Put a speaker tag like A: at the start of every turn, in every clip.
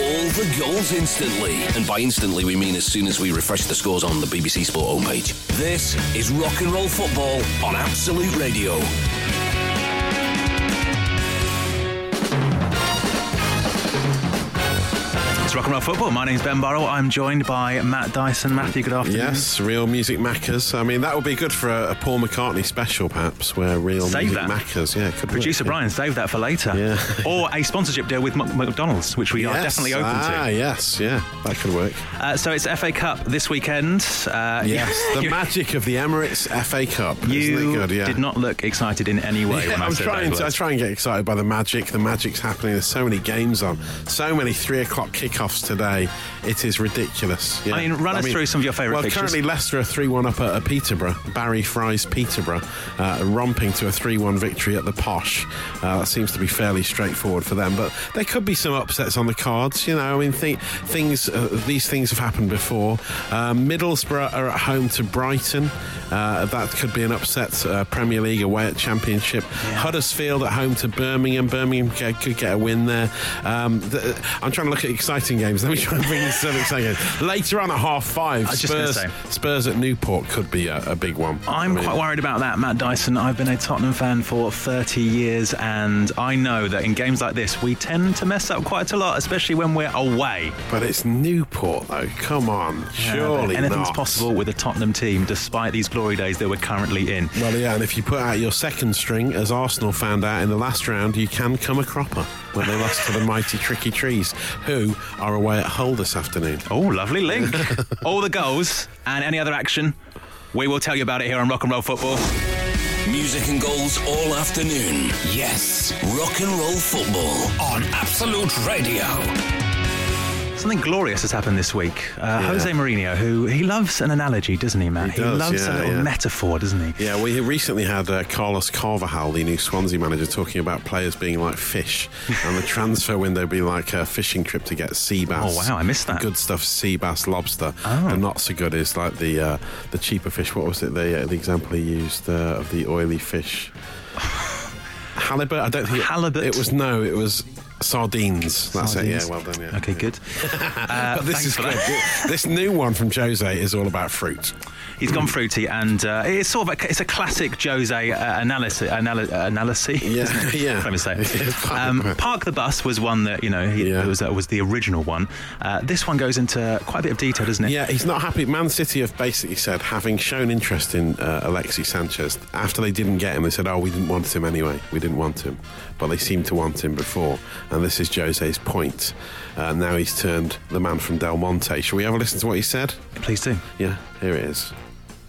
A: all the goals instantly. And by instantly, we mean as soon as we refresh the scores on the BBC Sport homepage. This is Rock and Roll Football on Absolute Radio.
B: It's Rock and Roll Football. My name's Ben Burrell. I'm joined by Matt Dyson. Matthew, good afternoon.
C: Yes, real music mackers. I mean, that would be good for a, a Paul McCartney special, perhaps, where real
B: Save
C: music
B: that.
C: mackers. Yeah, could
B: Producer
C: work, yeah.
B: Brian, save that for later.
C: Yeah.
B: or a sponsorship deal with Mc- McDonald's, which we are
C: Yes.
B: uh, definitely open
C: ah,
B: to.
C: yes, yeah, that could work.
B: Uh, so it's FA Cup this weekend. Uh,
C: Yes, the
B: you-
C: magic of the Emirates FA Cup. Isn't
B: You
C: it good? Yeah.
B: did not look excited in any way
C: Yeah,
B: when I
C: I'm
B: said
C: trying.
B: those
C: To, I
B: words.
C: try and get excited by the magic. The magic's happening. There's so many games on. So many three o'clock kickoffs today. It is ridiculous. Yeah.
B: I mean, run us through some of your favourite
C: Well,
B: fixtures.
C: currently Leicester are three-one up at, at Peterborough. Barry Fry's Peterborough uh, romping to a three-one victory at the Posh. Uh, that seems to be fairly straightforward for them. But there could be some upsets on the cards. You know, I mean, th- things. Uh, these things have happened before. Uh, Middlesbrough are at home to Brighton. Uh, that could be an upset. Uh, Premier League away at Championship. Huddersfield at home to Birmingham. Birmingham c- could get a win there. Um, th- I'm trying to look at exciting games. Let me try and bring this up exciting games. Later on at half five,
B: I was just gonna
C: Spurs,
B: say.
C: Spurs at Newport could be a, a big one.
B: I'm
C: I mean,
B: quite worried about that, Matt Dyson. I've been a Tottenham fan for 30 years, and I know that in games like this, we tend to mess up quite a lot, especially when we're away.
C: But it's Newport, though. Come on. surely
B: Yeah, anything's
C: not.
B: possible with a Tottenham team, despite these glory days that we're currently in.
C: Well, yeah, and if you put out your second string, as Arsenal found out in the last round, you can come a cropper when they lost to the mighty Tricky Trees, who are away at Hull this afternoon.
B: Oh, lovely link. All the goals and any other action, we will tell you about it here on Rock and Roll Football.
A: Music and goals all afternoon. Yes, rock and roll football on Absolute Radio.
B: Something glorious has happened this week. Uh, Jose Mourinho, who he loves an analogy, doesn't he, Matt?
C: He does,
B: loves a
C: yeah,
B: little
C: yeah.
B: metaphor, doesn't he?
C: Yeah, we recently had uh, Carlos Carvajal, the new Swansea manager, talking about players being like fish and the transfer window being like a fishing trip to get sea bass.
B: Oh, wow, I missed that. Oh.
C: The good stuff, sea bass, lobster. The not so good is like the uh, the cheaper fish. What was it? The, uh, the example he used uh, of the oily fish. Halibut? I don't think. it-
B: Halibut?
C: It, was, no, it was sardines. That's
B: Sardines.
C: it, yeah, well done, yeah.
B: Okay, good. Uh,
C: But
B: thanks
C: this is
B: for
C: good.
B: that.
C: this new one from Jose is all about fruit.
B: He's gone fruity, and uh, it's sort of a, it's a classic Jose uh, analysis. Anal- analysis.
C: Yeah,
B: isn't it?
C: yeah.
B: Let me say.
C: Yeah, fine.
B: Um, Park the bus was one that you know he,
C: Yeah.
B: was uh, was the original one. Uh, this one goes into quite a bit of detail, doesn't it?
C: Yeah, he's not happy. Man City have basically said, having shown interest in uh, Alexi Sanchez, after they didn't get him, they said, oh, we didn't want him anyway. We didn't want him. But they seemed to want him before. And this is Jose's point. Uh, now he's turned the man from Del Monte. Shall we have a listen to what he said?
B: Please do.
C: Yeah, here it is.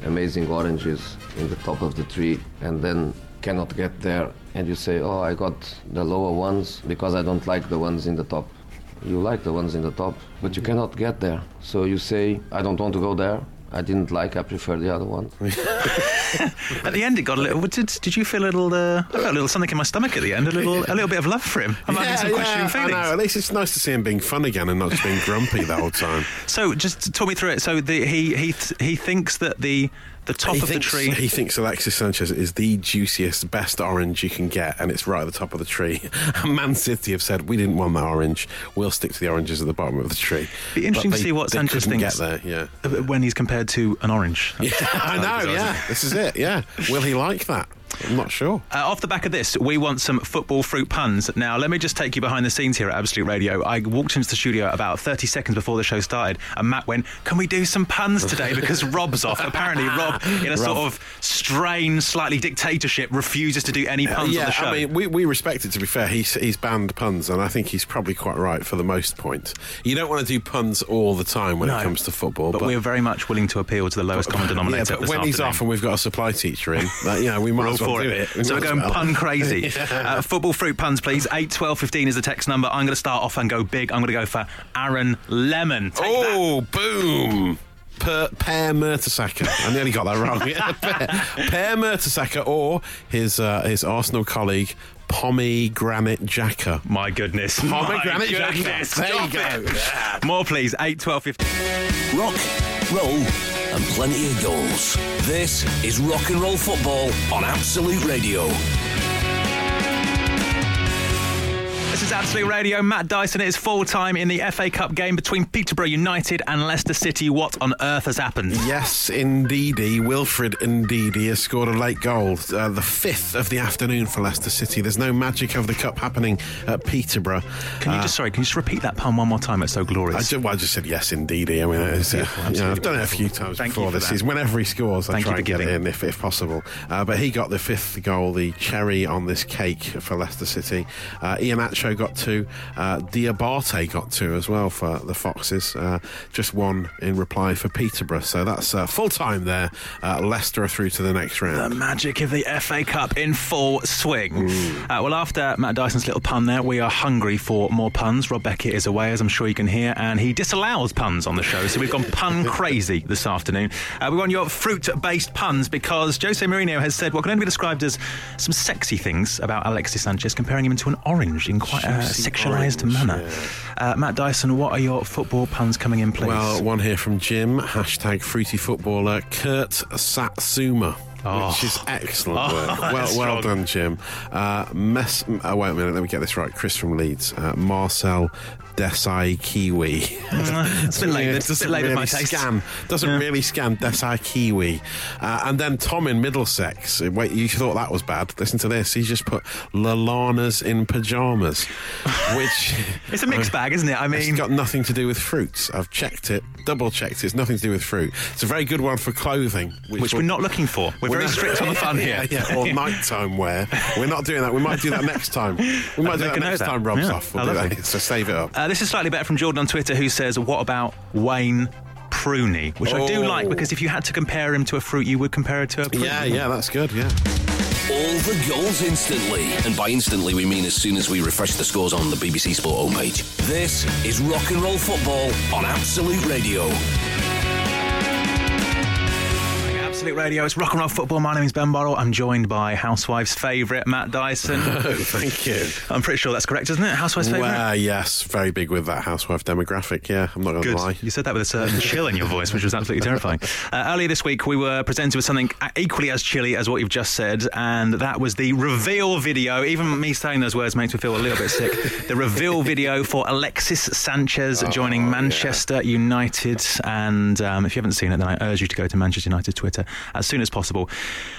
D: amazing oranges in the top of the tree and then cannot get there and you say oh i got the lower ones because i don't like the ones in the top you like the ones in the top but you cannot get there so you say i don't want to go there i didn't like i prefer the other one
B: At the end, it got a little. Did, did you feel a little? Uh, I felt a little something in my stomach at the end. A little, a little bit of love for him. I'm having some questioning
C: I
B: feelings.
C: know. At least it's nice to see him being fun again and not just being grumpy the whole time.
B: So just talk me through it. So the, he he th- he thinks that the the top
C: he
B: of
C: thinks,
B: the tree.
C: He thinks Alexis Sanchez is the juiciest, best orange you can get, and it's right at the top of the tree. And Man City have said we didn't want that orange. We'll stick to the oranges at the bottom of the tree.
B: Be interesting
C: But
B: to
C: they-
B: see what
C: they
B: Sanchez
C: couldn't
B: thinks.
C: Get there, yeah.
B: When he's compared to an orange.
C: I know. Yeah, this is it. Yeah, will he like that? I'm not sure.
B: Uh, off the back of this, we want some football fruit puns. Now, let me just take you behind the scenes here at Absolute Radio. I walked into the studio about 30 seconds before the show started, and Matt went, Can we do some puns today? Because Rob's off. Apparently, Rob, in a sort
C: Rob.
B: of strange, slightly dictatorship, refuses to do any puns
C: Uh, yeah,
B: on the show.
C: I mean, we, we respect it. To be fair, he's he's banned puns, and I think he's probably quite right for the most point. You don't want to do puns all the time when
B: No.
C: it comes to football,
B: but, we're very much willing to appeal to the lowest common
C: Yeah,
B: denominator.
C: but when
B: this
C: he's
B: afternoon.
C: off and we've got a supply teacher in, like, you know, we might
B: We're all
C: as well
B: for
C: do
B: it.
C: it. We
B: So we're
C: might as
B: going
C: well.
B: pun crazy. uh, football fruit puns, please. 8, 12, 15 is the text number. I'm going to start off and go big. I'm going to go for Aaron Lemon. Take that.
C: Oh, boom! Per, per Mertesacker. I nearly got that wrong. per, per Mertesacker or his uh, his Arsenal colleague Pomegranate Jacker.
B: My goodness. My
C: Pomegranate jacket.
B: goodness.
C: There
B: Stop
C: you go.
B: it. More, please. 8, 12, 15.
A: Rock, roll, and plenty of goals. This is rock and roll football on Absolute Radio.
B: This is Absolute Radio. Matt Dyson. It is full time in the FA Cup game between Peterborough United and Leicester City. What on earth has happened?
C: Yes, indeedy. Wilfred Indeedy has scored a late goal, uh, the fifth of the afternoon for Leicester City. There's no magic of the cup happening at Peterborough.
B: Can you just sorry? Can you just repeat that pun one more time? It's so
C: I
B: glorious.
C: just, well, I just said yes, indeedy. I mean, it's, uh, you know, I've done it a few times
B: Thank you
C: before
B: for
C: this
B: that.
C: season. Whenever he scores, I
B: Thank you
C: try
B: for
C: and get it
B: giving.
C: in if, if possible. Uh, but he got the fifth goal, the cherry on this cake for Leicester City. Uh, Ian Acho got two. Uh, Diabate got two as well for the Foxes. Uh, just one in reply for Peterborough. So that's uh, full time there. Uh, Leicester are through to the next
B: the
C: round.
B: magic of the FA Cup in full swing. Uh, well, after Matt Dyson's little pun there, we are hungry for more puns. Rob Beckett is away, as I'm sure you can hear, and he disallows puns on the show, so we've gone pun crazy this afternoon. Uh, we want your fruit based puns because Jose Mourinho has said what can only be described as some sexy things about Alexis Sanchez, comparing him to an orange in quite a
C: Juicy
B: sexualized
C: orange,
B: manner. Uh, Matt Dyson, what are your football puns coming in, please?
C: Well, one here from Jim, hashtag fruity footballer, Kurt Satsuma.
B: Oh.
C: Which is
B: Oh,
C: excellent work.
B: that's
C: Well,
B: strong.
C: well done, Jim. Uh, mess, uh, wait a minute, let me get this right. Chris from Leeds, uh, Marcel Desai Kiwi.
B: it's a bit late. It's a
C: doesn't
B: bit late with
C: really
B: my taste.
C: scan. Doesn't really scan Desai Kiwi. Uh, and then Tom in Middlesex. Wait, you thought that was bad? Listen to this. He's just put Lalana's in pajamas, which
B: It's a mixed bag, isn't it? I mean,
C: it's got nothing to do with fruits. I've checked it, double checked it. It's nothing to do with fruit. It's a very good one for clothing,
B: which we're
C: will-
B: not looking for. We're, very
C: not-
B: strict on the fun
C: yeah,
B: here.
C: Yeah, or nighttime wear. We're not doing that. We might do that next time. We might do
B: make
C: that
B: a note
C: next
B: of that.
C: time. Rob's
B: Yeah,
C: off. We'll
B: I
C: do
B: love
C: that.
B: it.
C: So save it up.
B: Uh, this is slightly better from Jordan on Twitter, who says, "What about Wayne Pruny?" Which I do
C: Oh.
B: like because if you had to compare him to a fruit, you would compare it to a prune.
C: yeah, yeah, that's good. Yeah.
A: All the goals instantly. And by instantly, we mean as soon as we refresh the scores on the BBC Sport homepage. This is Rock and Roll Football on Absolute Radio.
B: Absolute Radio. It's rock and roll football. My name is Ben Burrell. I'm joined by Housewives' favourite Matt Dyson.
C: Thank you.
B: I'm pretty sure that's correct, isn't it? Housewives' favourite.
C: Well, yes, very big with that housewife demographic. Yeah, I'm not going to
B: Good.
C: lie.
B: You said that with a certain chill in your voice, which was absolutely terrifying. Uh, earlier this week, we were presented with something equally as chilly as what you've just said, and that was the reveal video. Even me saying those words makes me feel a little bit sick. The reveal video for Alexis Sanchez
C: Oh,
B: joining Manchester United. And um, if you haven't seen it, then I urge you to go to Manchester United Twitter as soon as possible.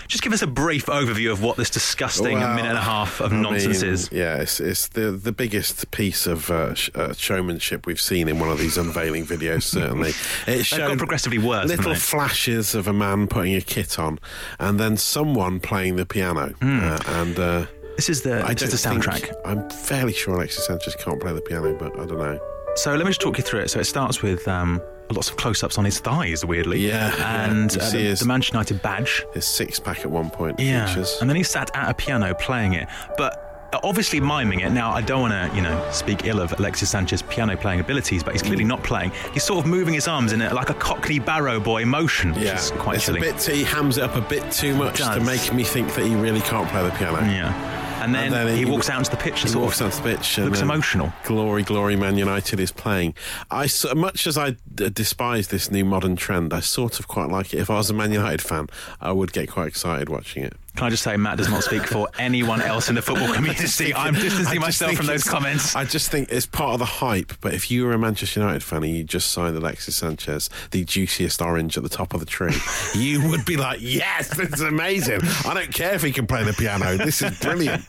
B: Just give us a brief overview of what this disgusting
C: Well,
B: minute and a half of
C: I
B: nonsense
C: mean,
B: is.
C: Yeah, it's, it's the the biggest piece of uh, sh- uh, showmanship we've seen in one of these unveiling videos. Certainly, it
B: They've got progressively worse. haven't
C: Little
B: they?
C: flashes of a man putting a kit on, and then someone playing the piano.
B: Hmm.
C: Uh, and uh,
B: This is the,
C: I
B: this
C: don't
B: is the soundtrack.
C: Think, I'm fairly sure Alexis Sanchez can't play the piano, but I don't know.
B: So let me just talk you through it. So it starts with um, lots of close-ups on his thighs, weirdly.
C: Yeah, yeah.
B: And
C: You
B: uh,
C: see
B: the,
C: his-
B: the Manchester United badge.
C: His six pack at one point features.
B: And then he sat at a piano playing it, but uh, obviously miming it. Now I don't want to, you know, speak ill of Alexis Sanchez's piano playing abilities, but he's clearly not playing. He's sort of moving his arms in a, like a Cockney Barrow boy motion, which is quite
C: it's
B: chilling.
C: a bit. He hams it up a bit too much to
B: does.
C: make me think that he really can't play the piano.
B: yeah. And then, he, walks out into the pitch
C: He
B: and sort
C: walks
B: of
C: out to the pitch.
B: looks
C: and, uh,
B: emotional.
C: Glory, glory, Man United is playing. I, so much as I d- despise this new modern trend, I sort of quite like it. If I was a Man United fan, I would get quite excited watching it.
B: Can I just say, Matt does not speak for anyone else in the football community. I'm
C: I
B: distancing
C: just
B: myself
C: think
B: from those
C: it's-
B: comments.
C: I just think it's part of the hype. But if you were a Manchester United fan and you just signed Alexis Sanchez, the juiciest orange at the top of the tree, you would be like, "Yes, this is amazing! I don't care if he can play the piano. This is brilliant."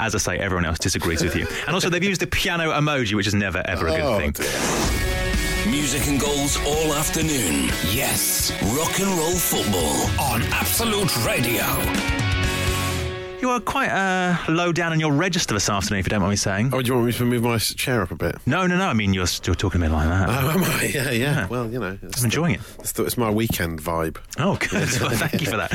B: As I say, everyone else disagrees with you. And also, they've used the piano emoji, which is never, ever a good
C: Oh,
B: thing.
C: dear.
A: Music and goals all afternoon. Yes, rock and roll football on Absolute Radio.
B: You are quite uh, low down in your register this afternoon, if you don't mind me saying.
C: Oh, do you want me to move my s- chair up a bit?
B: No, no, no. I mean, you're still talking to me like that.
C: Oh, am I? Yeah, yeah. Well, you know, it's
B: I'm enjoying it.
C: It's, the- it's my weekend vibe.
B: Oh, good. Well, thank you for that.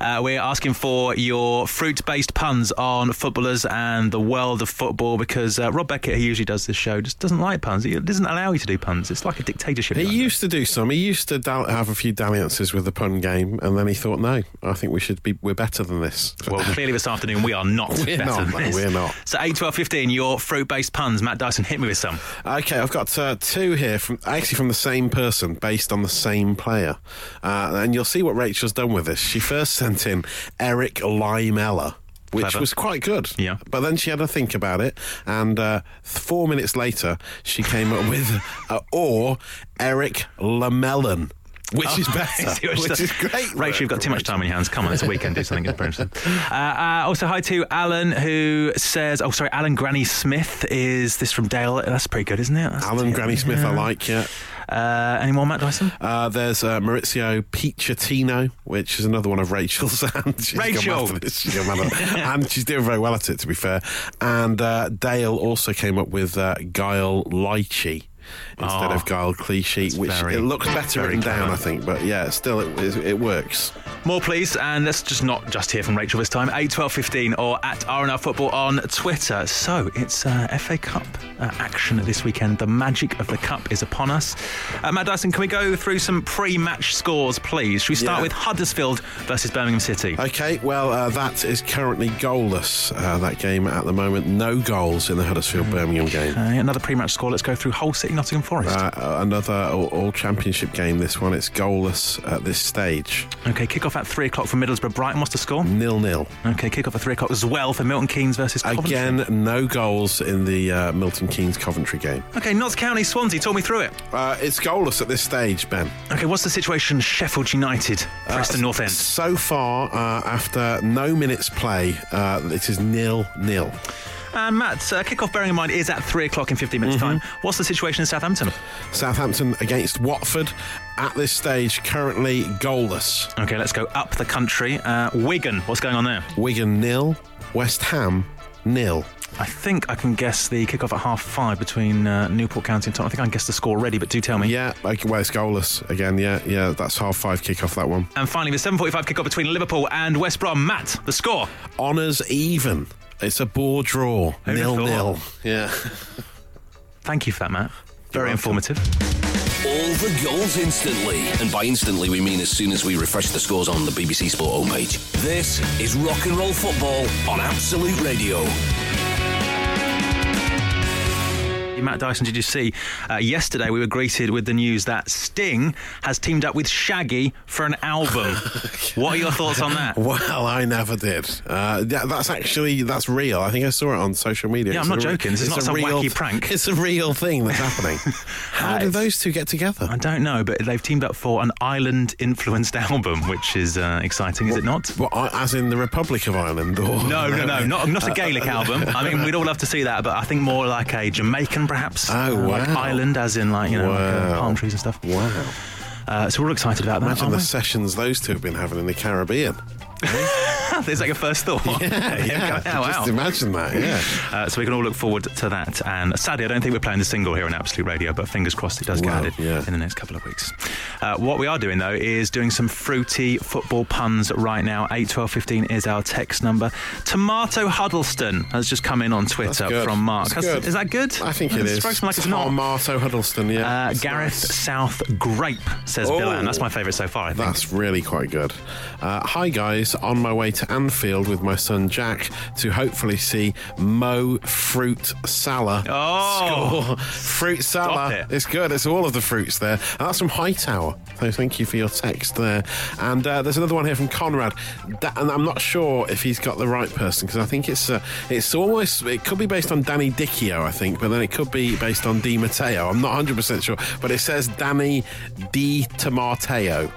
B: Uh, we're asking for your fruit based puns on footballers and the world of football because uh, Rob Beckett, who usually does this show, just doesn't like puns. He doesn't allow you to do puns. It's like a dictatorship.
C: He
B: around
C: used to do some. He used to dal- have a few dalliances with the pun game, and then he thought, "No, I think we should be. We're better than this."
B: Well, clearly this afternoon we are not
C: We're
B: better
C: not,
B: than
C: no,
B: this.
C: we're not.
B: So 8, 12, 15, your fruit-based puns. Matt Dyson, hit me with some.
C: Okay, I've got uh, two here from actually from the same person, based on the same player, uh, and you'll see what Rachel's done with this. She first sent in Eric Limella. which
B: Clever.
C: was quite good.
B: Yeah.
C: But then she had to think about it, and uh, four minutes later, she came up with uh, or Eric Lamellon, which is better,
B: Oh, See what she
C: which
B: does.
C: is great.
B: Rachel, you've got too much time on your hands. Come on, it's a weekend. Do something interesting. Uh, uh, also, hi to Alan, who says, "Oh, sorry, Alan Granny Smith is this from Dale? That's pretty good, isn't it?" That's
C: Alan
B: it.
C: Granny Smith, I like. Yeah.
B: Uh, any more, Matt Dyson?
C: Uh, there's uh, Maurizio Picciatino, which is another one of Rachel's. and she's gone
B: Rachel.
C: after this. She's gone mad at it. and she's doing very well at it, to be fair. And uh, Dale also came up with uh, Guile Lychee. Instead
B: Oh,
C: of guile cliche, which
B: very-
C: it looks better
B: very
C: written down,
B: clever.
C: I think, but yeah, still it, it, it works.
B: More, please. And let's just not just hear from Rachel this time. 8, 12, 15 or at RNR Football on Twitter. So it's uh, FA Cup uh, action this weekend. The magic of the cup is upon us. Uh, Matt Dyson, can we go through some pre match scores, please? Should we start
C: Yeah.
B: with Huddersfield versus Birmingham City?
C: Okay, well, uh, that is currently goalless. Uh, that game at the moment, no goals in the Huddersfield Birmingham game.
B: Uh, another pre match score. Let's go through Hull City, Nottingham Forest.
C: Uh, another all, all championship game. This one, it's goalless at this stage.
B: okay, kick off at 3 o'clock for Middlesbrough. Brighton, what's the score?
C: Nil nil.
B: Okay, kick off at 3 o'clock as well for Milton Keynes versus Coventry.
C: Again, no goals in the uh, Milton Keynes Coventry game.
B: Okay, Notts County, Swansea. Talk me through it.
C: Uh, it's goalless at this stage, Ben.
B: Okay, what's the situation? Sheffield United, Preston North End.
C: So far, uh, after no minutes play, uh, it is nil nil.
B: And Matt, uh, kick-off, bearing in mind, is at 3 o'clock in 15 minutes' time. What's the situation in Southampton?
C: Southampton against Watford at this stage, currently goalless.
B: Okay, let's go up the country. Uh, Wigan, what's going on there?
C: Wigan nil, West Ham nil.
B: I think I can guess the kick-off at half five between uh, Newport County and Tottenham. I think I can guess the score already, but do tell me.
C: Yeah, okay, well, it's goalless again. Yeah, yeah, that's half five kick off that one.
B: And finally, the 7.45 kick-off between Liverpool and West Brom. Matt, the score.
C: Honours even. It's a bore draw.
B: Who'd have
C: Nil
B: thought?
C: nil. Yeah.
B: Thank you for that, Matt. Very
C: welcome.
B: informative.
A: All the goals instantly. And by instantly, we mean as soon as we refresh the scores on the BBC Sport homepage. This is Rock and Roll Football on Absolute Radio.
B: Matt Dyson, did you see uh, yesterday we were greeted with the news that Sting has teamed up with Shaggy for an album? what are your thoughts on that?
C: Well, I never did. Uh, that, that's actually that's real. I think I saw it on social media.
B: Yeah, I'm
C: It's
B: not
C: a re-
B: joking. This is
C: it's
B: not
C: a
B: some
C: real,
B: wacky prank.
C: It's a real thing that's happening. How did those two get together?
B: I don't know, but they've teamed up for an island influenced album, which is uh, exciting, is it not?
C: Well, I- as in the Republic of Ireland? Or
B: No, no, no, not, not a Gaelic album. I mean, we'd all love to see that, but I think more like a Jamaican, perhaps.
C: Oh,
B: Uh, Like
C: wow.
B: island, as in, like, you know, like, uh,
C: Wow.
B: palm trees and stuff.
C: Wow!
B: Uh, so we're all excited about that.
C: Imagine
B: aren't
C: the
B: we?
C: sessions those two have been having in the Caribbean.
B: There's like a first thought. Yeah,
C: I
B: wow.
C: just imagine that. Yeah.
B: Uh, so we can all look forward to that. And sadly, I don't think we're playing the single here on Absolute Radio, but fingers crossed it does get
C: Wow,
B: added
C: yeah.
B: in the next couple of weeks. Uh, what we are doing though is doing some fruity football puns right now. Eight twelve fifteen is our text number. Tomato Huddleston has just come in on Twitter
C: good.
B: from Mark.
C: That's
B: Has-
C: good.
B: Is that good?
C: I think it is.
B: Strikes me like it's
C: Tom
B: not.
C: Marto Huddleston. Yeah.
B: Uh,
C: It's
B: Gareth
C: nice.
B: South Grape says
C: Oh.
B: Bill Allen. That's my favourite so far. I think.
C: That's really quite good. Uh, hi, guys. On my way to Anfield with my son Jack to hopefully see Mo Fruit Salah.
B: Oh.
C: score. Fruit Salah.
B: it.
C: It's good. It's all of the fruits there. And that's from Hightower. So thank you for your text there. And uh, there's another one here from Conrad. Da- and I'm not sure if he's got the right person because I think it's uh, it's almost it could be based on Danny Dicchio, I think, but then it could be based on Di Matteo. I'm not 100 percent sure, but it says Danny Di Tomateo.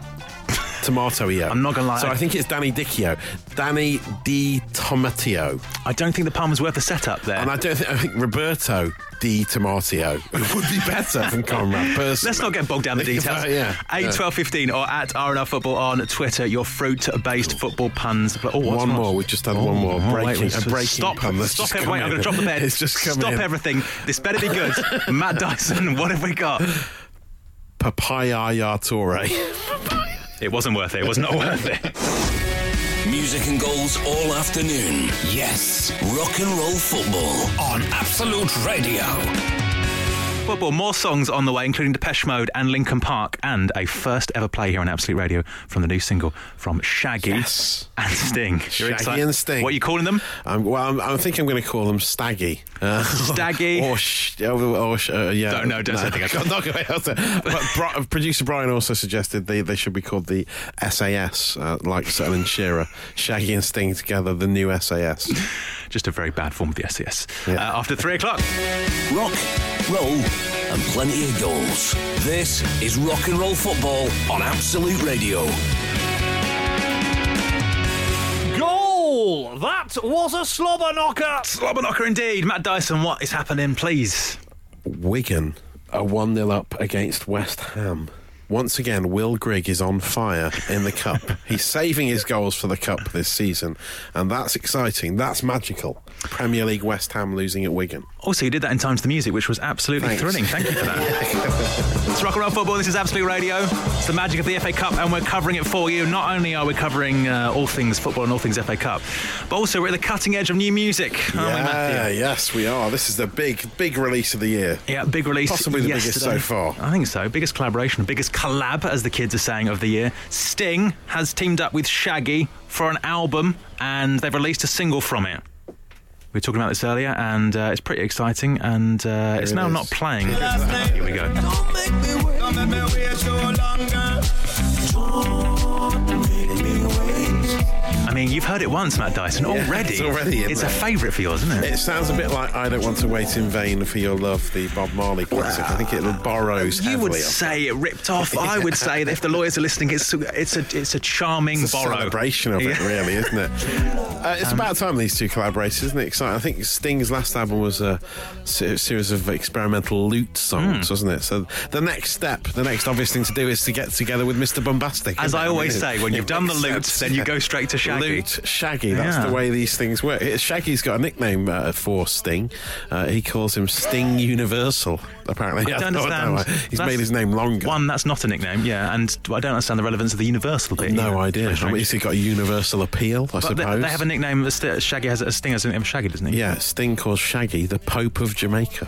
C: Tomatoeo.
B: I'm not gonna lie.
C: So I think it's Danny Dicchio. Danny Di Tomateo.
B: I don't think the pun was worth the setup there.
C: And I don't think I think Roberto Di Tomateo would be better than Conrad. Personally.
B: Let's not get bogged down in the
C: Think
B: details.
C: about it, yeah.
B: 8,
C: Yeah.
B: 12, 15 or at RNR Football on Twitter, your fruit based football puns. Oh, what's
C: One more. We just had one more.
B: Oh,
C: Breaking,
B: wait,
C: a
B: wait,
C: breaking
B: stop,
C: pun. that's
B: stop
C: just
B: it.
C: come
B: Wait, I'm
C: in.
B: going to drop the bed.
C: It's just coming
B: Stop
C: in.
B: everything. This better be good. Matt Dyson, what have we got?
C: Papaya Yatore.
B: It wasn't worth it. It was not worth it.
A: Music and goals all afternoon.
E: Yes.
A: Rock and Roll Football.
E: On Absolute Radio.
B: Football, more songs on the way, including Depeche Mode and Lincoln Park, and a first ever play here on Absolute Radio from the new single from Shaggy
C: Yes.
B: and Sting.
C: Shaggy and Sting.
B: What are you calling them?
C: Um, well, I'm, I think I'm going to call them Staggy. Uh,
B: Staggy?
C: Or, sh- or, or sh- uh, yeah.
B: Don't- no, don't say anything.
C: I'm not going to answer. But Bri- uh, producer Brian also suggested they, they should be called the SAS, uh, like Sutton and Shearer. Shaggy and Sting together, the new SAS.
B: Just a very bad form of the SES.
C: Yeah.
B: Uh, after three o'clock.
A: Rock, roll, and plenty of goals. This is Rock and Roll Football on Absolute Radio.
E: Goal! That was a slobber knocker!
B: Slobber knocker indeed. Matt Dyson, what is happening, please?
C: Wigan are 1 0 up against West Ham. Once again, Will Grigg is on fire in the cup. He's saving his goals for the cup this season, and that's exciting. That's magical. Premier League West Ham losing at Wigan.
B: Also, you did that in time to the music, which was absolutely
C: Thanks.
B: thrilling. Thank you for that. it's Rock and Roll Football. This is Absolute Radio. It's the magic of the FA Cup, and we're covering it for you. Not only are we covering uh, all things football and all things FA Cup, but also we're at the cutting edge of new music, aren't we,
C: yeah,
B: Matthew?
C: yes, we are. This is the big, big release of the year.
B: Yeah, big release.
C: Possibly the biggest
B: yesterday.
C: so far.
B: I think so. Biggest collaboration, biggest collab, as the kids are saying, of the year. Sting has teamed up with Shaggy for an album, and they've released a single from it. We were talking about this earlier, and uh, it's pretty exciting, and uh, it's
C: it
B: now
C: is.
B: not playing. Here we go.
F: Don't make me wait. Don't make me wait so long, girl. Don't make me wait.
B: I mean, you've heard it once, Matt Dyson, already.
C: it's already in
B: It's a
C: there.
B: favourite for yours, isn't it?
C: It sounds a bit like I Don't Want to Wait in Vain for Your Love, the Bob Marley classic. I think it borrows
B: you would
C: heavily off
B: say it ripped off. I would say that if the lawyers are listening, it's it's a it's a charming
C: It's a
B: borrow.
C: celebration of it,
B: Yeah. Um,
C: really, isn't it? Uh, it's about time these two collaborated, isn't it? Exciting. I think Sting's last album was a se- series of experimental lute
B: Hmm.
C: songs, wasn't it? So the next step, the next obvious thing to do is to get together with Mr. Bombastic.
B: As
C: isn't
B: I
C: it?
B: always
C: It-
B: say, when
C: it
B: you've done the
C: makes
B: loot,
C: sense.
B: then you go straight to Shaggy.
C: Loot, Shaggy. That's
B: Yeah.
C: the way these things work. It- Shaggy's got a nickname uh, for Sting. Uh, he calls him Sting Universal. Apparently,
B: I don't
C: thought that
B: understand.
C: way. He's
B: That's-
C: made his name longer.
B: One, that's not a nickname, yeah, and I don't understand the relevance of the universal bit.
C: no
B: either. Very
C: idea. I mean,
B: strange.
C: he's got a universal appeal, I
B: But
C: suppose.
B: they, they have a nickname. that St- Shaggy has a Sting has a nickname for Shaggy, doesn't he?
C: Yeah, Sting calls Shaggy the Pope of Jamaica.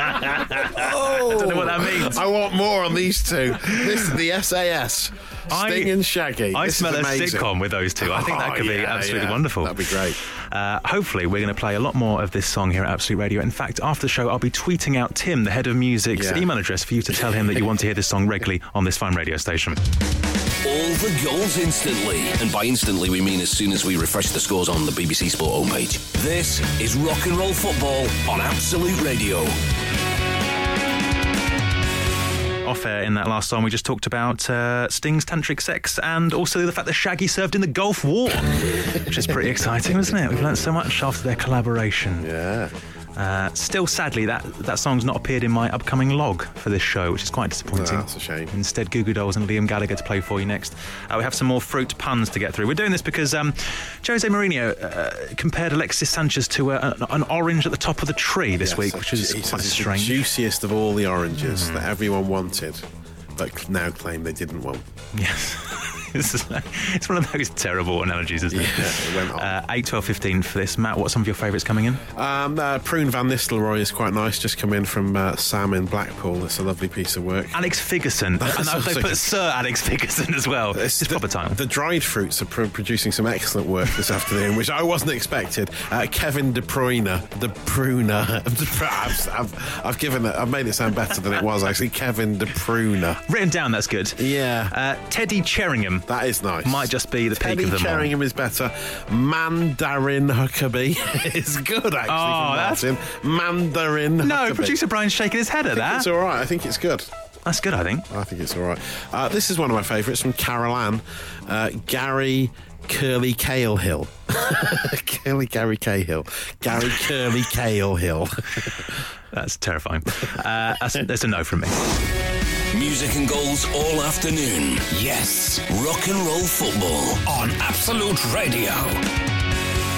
B: I don't know what that means.
C: Oh, I want more on these two. This is the SAS.
B: I-
C: Sting and Shaggy.
B: I
C: This is
B: smell a
C: amazing.
B: sitcom with those two. I think that
C: Oh,
B: could be
C: yeah,
B: absolutely
C: yeah.
B: wonderful.
C: That'd be great.
B: Uh, hopefully, we're going to play a lot more of this song here at Absolute Radio. In fact, after the show, I'll be tweeting out Tim, the head of music's
C: Yeah.
B: email address for you to tell him that you want to hear this song regularly on this fine radio station.
A: All the goals instantly. And by instantly, we mean as soon as we refresh the scores on the BBC Sport homepage. This is Rock and Roll Football on Absolute Radio.
B: Off air in that last song, we just talked about uh, Sting's tantric sex and also the fact that Shaggy served in the Gulf War, which is pretty exciting, isn't it? We've learnt so much after their collaboration.
C: Yeah.
B: Uh, still, sadly, that, that song's not appeared in my upcoming log for this show, which is quite disappointing.
C: No, that's a shame.
B: Instead, Goo Goo Dolls and Liam Gallagher to play for you next. Uh, we have some more fruit puns to get through. We're doing this because um, Jose Mourinho uh, compared Alexis Sanchez to a, an, an orange at the top of the tree this
C: Yes,
B: week, which is
C: he says
B: quite
C: it's
B: strange. Hmm.
C: The juiciest of all the oranges that everyone wanted, but cl- now claim they didn't want.
B: Yes. It's just like- it's one of those terrible analogies, isn't it?
C: it went on.
B: Uh, 8, 12, 15 for this. Matt, what's some of your favourites coming in?
C: Um, uh, Prune Van Nistelrooy is quite nice. Just come in from uh, Sam in Blackpool. It's a lovely piece of work.
B: Alex Figgerson.
C: That's
B: and I- they
C: also-
B: put Sir Alex Figgerson as well. It's,
C: the,
B: proper time.
C: The dried fruits are pro- producing some excellent work this afternoon, which I wasn't expected. Uh, Kevin De Bruyne, the pruner. De Pru- I've, I've, I've given it. I've made it sound better than it was actually. Kevin De Bruyne.
B: Written down, that's good.
C: Yeah.
B: Uh, Teddy Cheringham.
C: That is nice.
B: Might just be the peak
C: Teddy
B: of them all.
C: Sheringham is better. Mandarin Huckabee is good actually.
B: Oh, that's-
C: from Martin. Mandarin.
B: No,
C: Huckabee.
B: producer Brian's shaking his head at
C: I think
B: that.
C: It's all right. I think it's good.
B: That's good, I think.
C: I think it's all right. Uh, this is one of my favourites from Carol Ann. Uh, Gary Curly Cahill Hill. Curly Gary Cahill. Gary Curly Cahill Hill.
B: That's terrifying. Uh, that's, that's a no from me.
A: Music and goals all afternoon. Yes. Rock and Roll Football on Absolute Radio.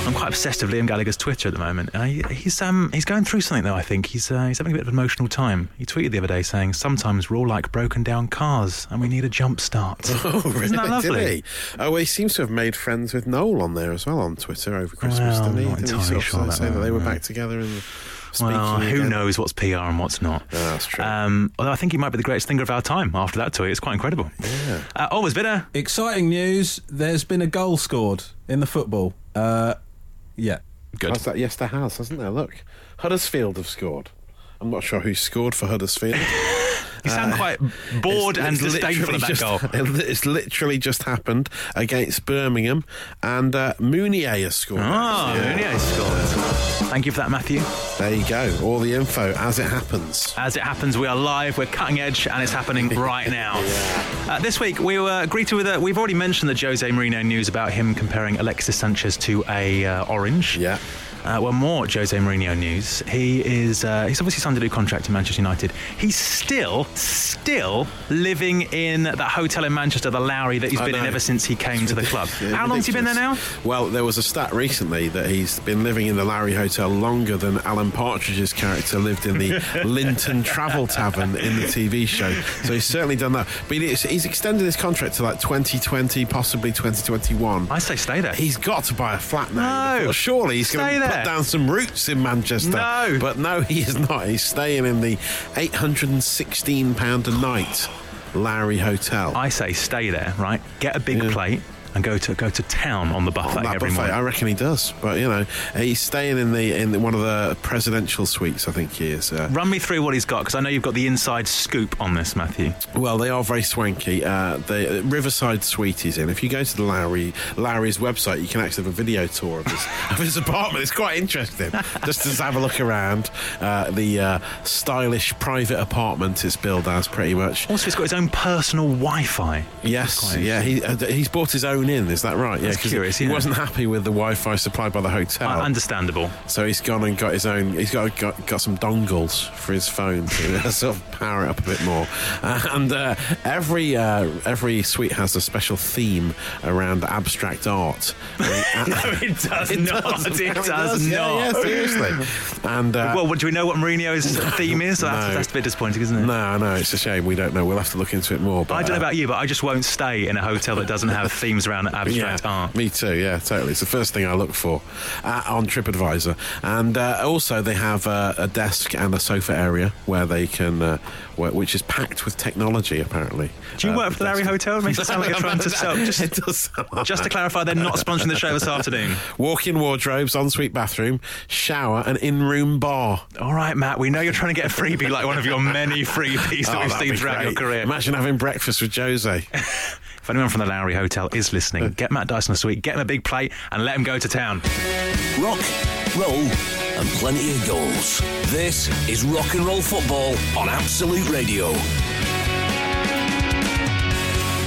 B: I'm quite obsessed with Liam Gallagher's Twitter at the moment. Uh, he- he's um he's going through something though. I think he's uh, he's having a bit of an emotional time. He tweeted the other day saying, "Sometimes we're all like broken down cars, and we need a jump start."
C: Oh, really?
B: Isn't that lovely?
C: Did he? Oh, well, he seems to have made friends with Noel on there as well on Twitter over Christmas,
B: Well,
C: didn't he?
B: not
C: Didn't he
B: entirely
C: sort of
B: sure about
C: say that
B: that,
C: they were
B: no.
C: back together in the Speaking
B: Well, who
C: again-
B: knows what's PR and what's not?
C: that's true.
B: Um, although I think he might be the greatest thinker of our time after that tweet. It's quite incredible. Uh, always bitter.
G: Exciting news. There's been a goal scored in the football. Uh, yeah.
B: Good.
C: How's that? Yes, there has, hasn't there? Look, Huddersfield have scored. I'm not sure who scored for Huddersfield.
B: You sound quite bored
C: Uh, It's-
B: and
C: it's literally
B: disdainful of that
C: just-
B: goal.
C: it- It's literally just happened against Birmingham, and uh, Mounier has scored.
B: Ah, Mounier scored. Thank you for that, Matthew.
C: There you go. All the info as it happens.
B: As it happens, we are live, we're cutting edge, and it's happening right now. uh, this week, we were greeted with a. We've already mentioned the Jose Mourinho news about him comparing Alexis Sanchez to a uh, orange.
C: Yeah.
B: Uh, well, more Jose Mourinho news. He is. Uh, he's obviously signed a new contract to Manchester United. He's still, still living in that hotel in Manchester, the Lowry, that he's
C: I
B: been in
C: know.
B: ever since he came to the club.
C: Yeah,
B: How long's he been there now?
C: ridiculous. Well, there was a stat recently that he's been living in the Larry Hotel longer than Alan Partridge's character lived in the Linton Travel Tavern in the TV show. So he's certainly done that. But he's, he's extended his contract to like 2020, possibly 2021.
B: I say stay there.
C: He's got to buy a flat now.
B: No.
C: Well, surely he's
B: Stay
C: going to
B: there.
C: put down some roots in Manchester.
B: No.
C: But no, he is not. He's staying in the £816 a night Larry Hotel.
B: I say stay there, right? Get a big
C: Yeah.
B: plate and go to go to town on the buffet
C: on that
B: every
C: buffet.
B: morning.
C: I reckon he does, but you know, eh, he's staying in the in one of the presidential suites. I think he is. Uh,
B: Run me through what he's got because I know you've got the inside scoop on this, Matthew.
C: well, they are very swanky. Uh, the Riverside Suite is in. If you go to the Lowry Lowry's website, you can actually have a video tour of his of his apartment. It's quite interesting. just to have a look around uh, the uh, stylish private apartment it's billed as, pretty much.
B: Also, he's got his own personal Wi-Fi.
C: Yes,
B: quite
C: yeah, he, uh, he's bought his own in. Is that right? Yeah,
B: That's
C: 'cause
B: curious,
C: He
B: yeah.
C: wasn't happy with the Wi-Fi supplied by the hotel.
B: Uh, understandable.
C: So he's gone and got his own. He's got got, got some dongles for his phone to uh, sort of power it up a bit more. Uh, and uh, every uh, every suite has a special theme around abstract art.
B: it does not.
C: Uh, does.
B: It does
C: Yeah,
B: not.
C: Yeah, seriously. And uh,
B: Well, what- do we know what Mourinho's theme is? That's,
C: No.
B: that's a bit disappointing, isn't it?
C: no, no, it's a shame. We don't know. We'll have to look into it more. But,
B: I don't know
C: uh,
B: about you, but I just won't stay in a hotel that doesn't have themes around abstract art.
C: Me too. Yeah, totally. It's the first thing I look for uh, on TripAdvisor, and uh, also they have uh, a desk and a sofa area where they can, uh, where, which is packed with technology. Apparently,
B: Do you
C: Uh,
B: work for the Larry
C: desk-
B: Hotel? It makes it sound like you're trying to sell. Just,
C: it does sound like
B: just to
C: that.
B: clarify, they're not sponsoring the show this afternoon.
C: Walk-in wardrobes, ensuite bathroom, shower, and in-room bar.
B: All right, Matt, we know you're trying to get a freebie like one of your many freebies that
C: Oh,
B: we've
C: that'd
B: seen
C: be
B: throughout your
C: great.
B: career.
C: Imagine having breakfast with Jose.
B: If anyone from the Lowry Hotel is
C: Uh.
B: listening, get Matt Dyson a suite, get him a big plate, and let him go to town.
A: Rock, roll, and plenty of goals. This is Rock and Roll Football on Absolute Radio.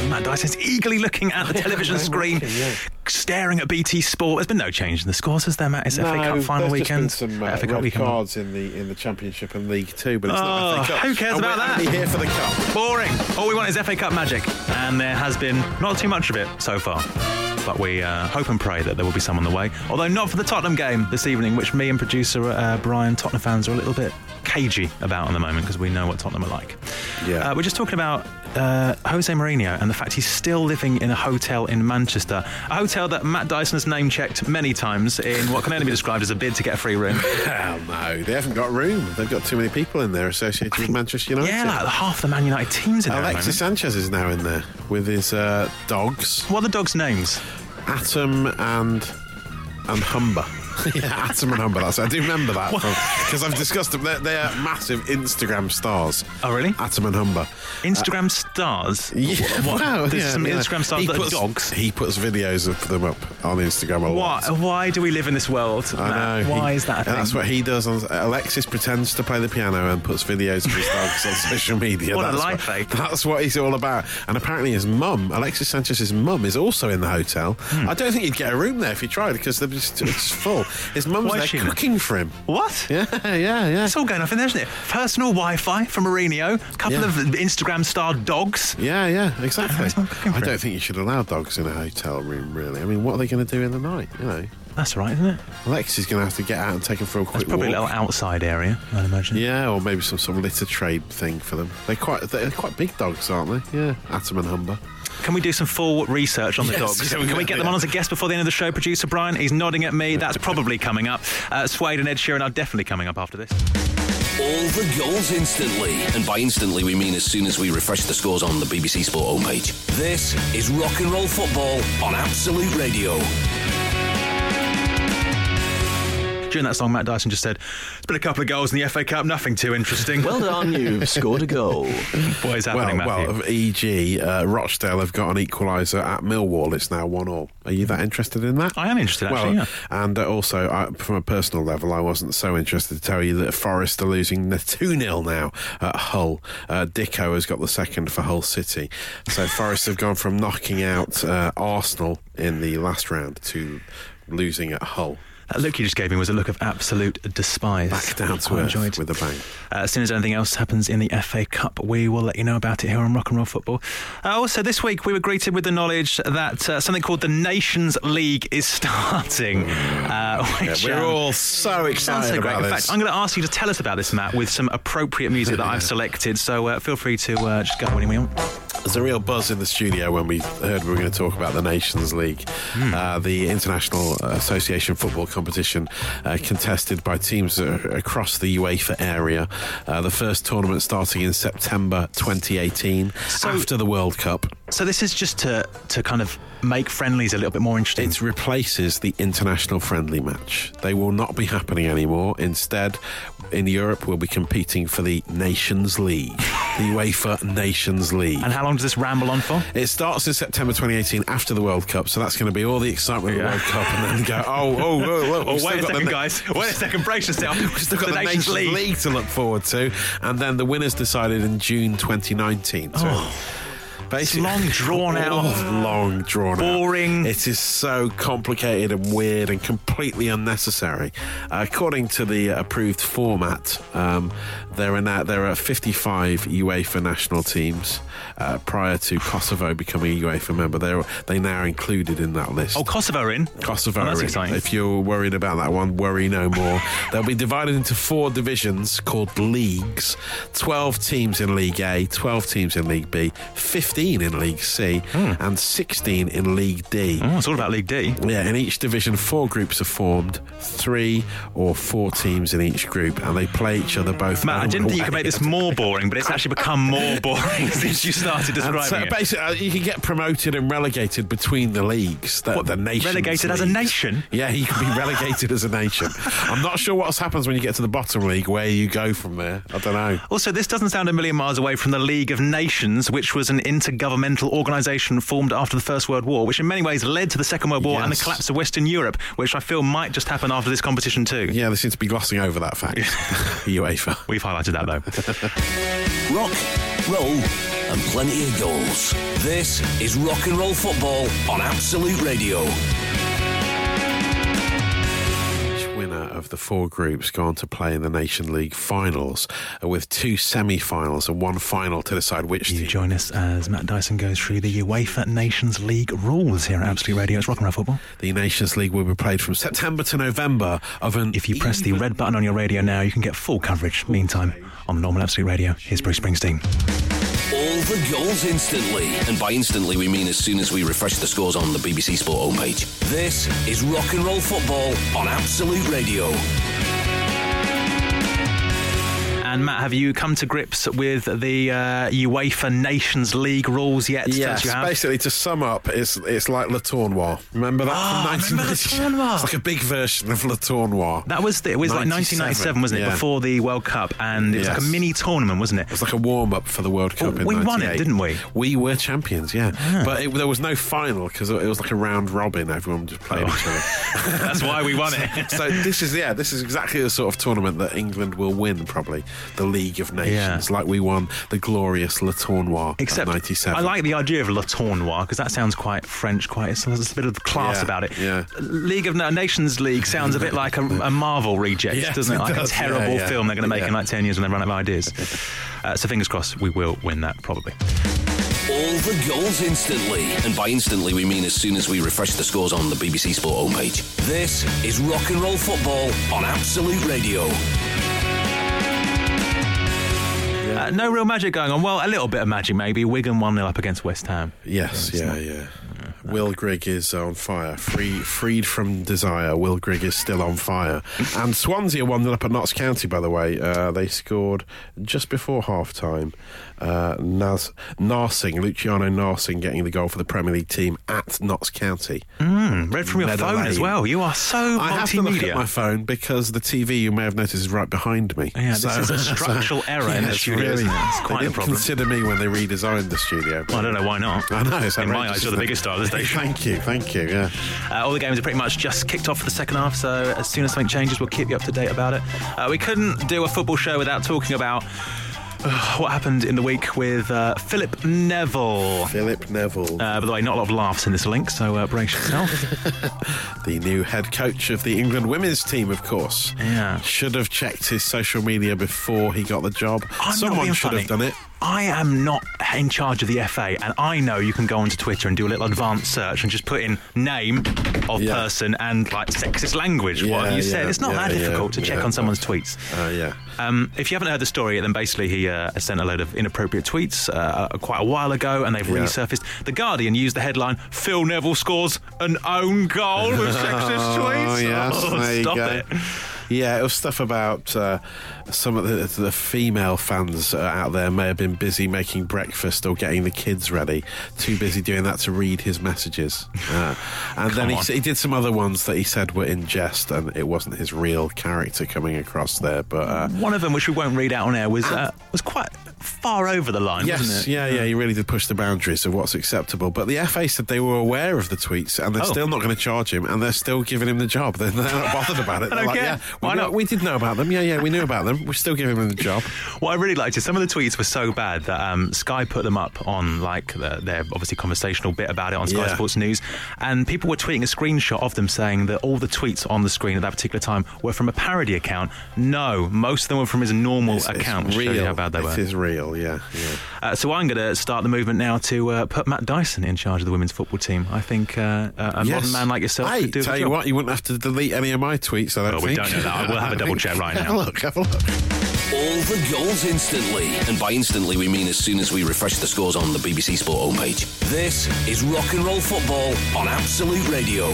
B: Matt Dyson's eagerly looking at the television screen, staring at BT Sport. There's been no change in the scores, has there, Matt? It's FA Cup final
C: there's
B: weekend.
C: Just been some uh,
B: FA Cup
C: red
B: weekend.
C: cards in the in the Championship and League Two, but it's
B: Oh,
C: not FA Cup.
B: who cares
C: And
B: about
C: we're
B: that?
C: only here for the cup.
B: Boring. All we want is FA Cup magic, and there has been not too much of it so far. But we uh, hope and pray that there will be some on the way. Although not for the Tottenham game this evening, which me and producer uh, Brian Tottenham fans are a little bit cagey about at the moment because we know what Tottenham are like.
C: Yeah.
B: Uh, we're just talking about uh, Jose Mourinho and the fact he's still living in a hotel in Manchester, a hotel that Matt Dyson has name checked many times in what can only be described as a bid to get a free room.
C: Hell no, they haven't got room. They've got too many people in there associated with Manchester United.
B: yeah, like half the Man United teams in there. at the
C: Alexis
B: moment.
C: Sanchez is now in there with his uh, dogs,
B: What are the dogs' names?
C: Atom and and Humber. yeah, Atom and Humber. That's I do remember that because I've discussed them. They're, they're massive Instagram stars.
B: Oh, really?
C: Atom and Humber.
B: Instagram stars.
C: Yeah,
B: What?
C: wow,
B: There's
C: yeah,
B: some
C: yeah.
B: Instagram stars
C: He
B: that are
C: puts-
B: dogs.
C: He puts videos of them up on Instagram a lot.
B: Why? Why do we live in this world?
C: I
B: Matt?
C: know.
B: Why
C: he-
B: is that a thing?
C: and That's what he does. On, Alexis pretends to play the piano and puts videos of his dogs on social media.
B: What a
C: that's
B: life eh? hack.
C: That's what he's all about. And apparently, his mum, Alexis Sanchez's mum, is also in the hotel.
B: Hmm.
C: I don't think you'd get a room there if you tried because they're just it's full. His mum's
B: Why is she
C: there
B: in it?
C: cooking for him.
B: What?
C: Yeah, yeah, yeah.
B: It's all going off in there, isn't it? Personal Wi-Fi from Mourinho, a couple
C: Yeah.
B: of Instagram star dogs.
C: Yeah, yeah, exactly.
B: It's not cooking
C: I
B: for him.
C: don't think you should allow dogs in a hotel room, really. I mean, what are they going to do in the night? You know,
B: That's all right, isn't it?
C: Lex is going to have to get out and take them for a
B: That's
C: quick
B: probably a
C: walk.
B: little outside area, I'd imagine.
C: Yeah, or maybe some sort of litter trade thing for them. They're quite they're quite big dogs, aren't they? Yeah, Atom and Humber.
B: Can we do some full research on the
C: Yes.
B: dogs? Can we get them on as a guest before the end of the show? Producer Brian, he's nodding at me. That's probably coming up. Uh, Suede and Ed Sheeran are definitely coming up after this.
A: All the goals instantly. And by instantly, we mean as soon as we refresh the scores on the BBC Sport homepage. This is Rock and Roll Football on Absolute Radio.
B: During that song, Matt Dyson just said, "It's been a couple of goals in the FA Cup. Nothing too interesting."
H: Well done, you've scored a goal.
B: what is
C: Well,
B: happening, Matthew?
C: well, of EG, uh, Rochdale have got an equaliser at Millwall. It's now one all. Are you that interested in that?
B: Hmm. I am interested,
C: Well,
B: actually, yeah.
C: and uh, also I, from a personal level, I wasn't so interested to tell you that Forest are losing the two 0 now at Hull. Uh, Dicko has got the second for Hull City, so Forest have gone from knocking out uh, Arsenal in the last round to losing at Hull.
B: that look you just gave me was a look of absolute despise.
C: Back down to
B: I
C: earth
B: enjoyed.
C: with a bang.
B: Uh, as soon as anything else happens in the FA Cup, we will let you know about it here on Rock and Roll Football. Uh, also, this week we were greeted with the knowledge that uh, something called the Nations League is starting. Uh, which,
C: We're
B: um,
C: all so
B: Sounds
C: excited
B: so great.
C: about
B: In
C: this.
B: fact, I'm going to ask you to tell us about this, Matt, with some appropriate music that I've selected. So uh, feel free to uh, just go when you want.
C: There's a real buzz in the studio when we heard we were going to talk about the Nations League,
B: Hmm.
C: uh, the International Association football competition uh, contested by teams uh, across the UEFA area. Uh, the first tournament starting in September 2018
B: So-
C: after the World Cup.
B: So this is just to to kind of make friendlies a little bit more interesting.
C: It replaces the international friendly match. They will not be happening anymore. Instead, in Europe, we'll be competing for the Nations League, the UEFA Nations League.
B: and how long does this ramble on for?
C: It starts in September 2018 after the World Cup, so that's going to be all the excitement of the
B: Yeah.
C: World Cup, and then go, oh, oh, oh, look,
B: Oh,
C: we've
B: wait
C: still
B: a
C: got
B: second,
C: the,
B: guys. Wait a second. Brace yourself.
C: We've still got the,
B: Nations, League.
C: to look forward to, and then the winners decided in June 2019. So
B: Oh. It's long, drawn out.
C: Oh, long drawn out.
B: Boring.
C: It is so complicated and weird and completely unnecessary. Uh, according to the approved format, um, there are now there are 55 UEFA national teams. Uh, prior to Kosovo becoming a UEFA member, they are they now are included in that list.
B: Oh, Kosovo are in.
C: Kosovo.
B: Oh, that's
C: are in.
B: exciting.
C: If you're worried about that one, worry no more. They'll be divided into four divisions called leagues 12 teams in League A, 12 teams in League B, 15 in League C,
B: Hmm.
C: and 16 in League D.
B: Oh, it's all about League D.
C: Yeah, in each division, four groups are formed, three or four teams in each group, and they play each other both.
B: Matt, I
C: at
B: didn't think you could
C: away.
B: make this more boring, but it's actually become more boring since you started
C: And so
B: describing it.
C: basically, uh, you can get promoted and relegated between the leagues. The,
B: What,
C: the nations
B: relegated as a
C: leagues.
B: nation?
C: Yeah, you can be relegated as a nation. I'm not sure what happens when you get to the bottom league, where you go from there. I don't know.
B: Also, this doesn't sound a million miles away from the League of Nations, which was an intergovernmental organisation formed after the First World War, which in many ways led to the Second World War and the
C: Yes.
B: collapse of Western Europe, which I feel might just happen after this competition too.
C: Yeah, they seem to be glossing over that fact. UEFA.
B: We've highlighted that though.
A: Rock, roll, and plenty of goals. This is Rock and Roll Football on Absolute Radio.
C: Each winner of the four groups go on to play in the Nation League finals, uh, with two semi-finals and one final to decide which
B: you
C: team.
B: join us as Matt Dyson goes through the UEFA Nations League rules here at Absolute Radio. It's rock and roll football.
C: The Nations League will be played from September to November of an.
B: If you press the red button on your radio now, you can get full coverage. Meantime, on the normal Absolute Radio, here's Bruce Springsteen.
A: All the goals instantly. And by instantly, we mean as soon as we refresh the scores on the BBC Sport homepage. This is Rock and Roll Football on Absolute Radio.
B: And Matt, have you come to grips with the uh, UEFA Nations League rules yet?
C: Yes,
B: Since you have?
C: basically to sum up, it's it's like La Tournoir. Remember that?
B: Ah, I
C: from
B: remember
C: 1990?
B: La Tournoir.
C: It's like a big version of La Tournoir.
B: That was the, it was like 1997, wasn't it?
C: Yeah.
B: Before the World Cup, and it was like a
C: Yes.
B: mini tournament, wasn't
C: It
B: it?
C: was like a warm up for the World Cup. in
B: we won it,
C: 98.
B: didn't we? Ah.
C: We were champions, yeah. But it, there was no final because it was like a round robin. Everyone just
B: Oh.
C: played each other.
B: That's why we won it.
C: so this is yeah, this is exactly the sort of tournament that England will win probably the League of Nations, like we won the glorious La Tournoir
B: Except
C: at '97.
B: I like the idea of La Tournoir because that sounds quite French, quite it's, there's a bit of class
C: Yeah,
B: about it.
C: yeah.
B: League of Na- Nations League sounds a bit like a, a Marvel reject,
C: Yes,
B: doesn't it?
C: it
B: Like
C: does.
B: a
C: Yeah,
B: terrible
C: yeah.
B: film they're going to make in
C: Yeah.
B: like 10 years when they run out of ideas. uh, so fingers crossed, we will win that probably.
A: all the goals instantly. And by instantly, we mean as soon as we refresh the scores on the BBC Sport homepage. This is Rock and Roll Football on Absolute Radio.
B: Uh, no real magic going on. Well, a little bit of magic maybe. Wigan 1 0 up against West Ham.
C: Yes, yeah, yeah. Will Grigg is on fire. Free, freed from desire, Will Grigg is still on fire. And Swansea are 1 0 up at Notts County, by the way. Uh, they scored just before half time. Uh, Naz, Narsing, Luciano Narsing, getting the goal for the Premier League team at Notts County.
B: Mm, read from your
C: Meadow
B: phone as
C: Lane.
B: well. You are so
C: I have to look at my
B: multimedia.
C: phone because the TV, you may have noticed, is right behind me.
B: Yeah, this is a structural error in the
C: it's
B: studio, isn't it? It's quite a
C: they didn't
B: problem.
C: consider me when they redesigned the studio.
B: Well, I don't know why not.
C: I know. It's
B: In my
C: outrageous,
B: eyes, you're the
C: isn't it?
B: biggest star of the station.
C: Thank you, thank you. Yeah.
B: Uh, all the games are pretty much just kicked off for the second half, so as soon as something changes, we'll keep you up to date about it. Uh, we couldn't do a football show without talking about uh, what happened in the week with uh, Philip Neville.
C: Philip Neville,
B: Uh, by the way, not a lot of laughs in this link, so uh, brace yourself.
C: the new head coach of the England women's team, of course.
B: Yeah.
C: Should have checked his social media before he got the job.
B: I'm not
C: Someone
B: being
C: should have
B: funny.
C: done it.
B: I am not in charge of the FA, and I know you can go onto Twitter and do a little advanced search and just put in name of
C: Yeah.
B: person and like sexist language. what
C: Yeah,
B: have you
C: yeah,
B: said? It's not
C: yeah,
B: that
C: yeah,
B: difficult to check
C: yeah.
B: on someone's tweets.
C: Uh, yeah.
B: Um, if you haven't heard the story, then basically he uh, sent a load of inappropriate tweets uh, quite a while ago, and they've
C: Yeah.
B: resurfaced. The Guardian used the headline "Phil Neville scores an own goal with sexist tweets."
C: Oh, yes,
B: Oh,
C: there you
B: stop
C: go.
B: it.
C: Yeah, it was stuff about uh, some of the, the female fans uh, out there may have been busy making breakfast or getting the kids ready, too busy doing that to read his messages. Uh, and then he,
B: on.
C: s- he did some other ones that he said were in jest, and it wasn't his real character coming across there. But uh,
B: One of them, which we won't read out on air, was uh, was quite far over the line,
C: Yes,
B: wasn't it?
C: yeah, yeah. He really did push the boundaries of what's acceptable. But the FA said they were aware of the tweets and they're
B: Oh.
C: still not going to charge him and they're still giving him the job. They're, they're not bothered about it.
B: I
C: They're
B: don't
C: like,
B: care.
C: yeah, we
B: Why
C: knew-
B: not?
C: We did know about them. Yeah, yeah, we knew about them. We're still giving him the job.
B: What I really liked is some of the tweets were so bad that um, Sky put them up on like the, their obviously conversational bit about it on Sky
C: Yeah.
B: Sports News, and people were tweeting a screenshot of them saying that all the tweets on the screen at that particular time were from a parody account. No, most of them were from his normal
C: It's- it's
B: account. which shows you
C: real.
B: how bad they
C: It
B: were.
C: is real. Yeah, yeah.
B: Uh, so I'm going to start the movement now to uh, put Matt Dyson in charge of the women's football team. I think uh, a a
C: Yes.
B: modern man like yourself
C: Hey,
B: could do the
C: tell you
B: job.
C: what, you wouldn't have to delete any of my tweets. I don't
B: Well, we
C: think.
B: don't know that. We'll have a
C: I
B: double
C: think-
B: check right now.
C: Have a look. Have a look.
A: All the goals instantly. And by instantly, we mean as soon as we refresh the scores on the BBC Sport homepage. This is Rock and Roll Football on Absolute Radio.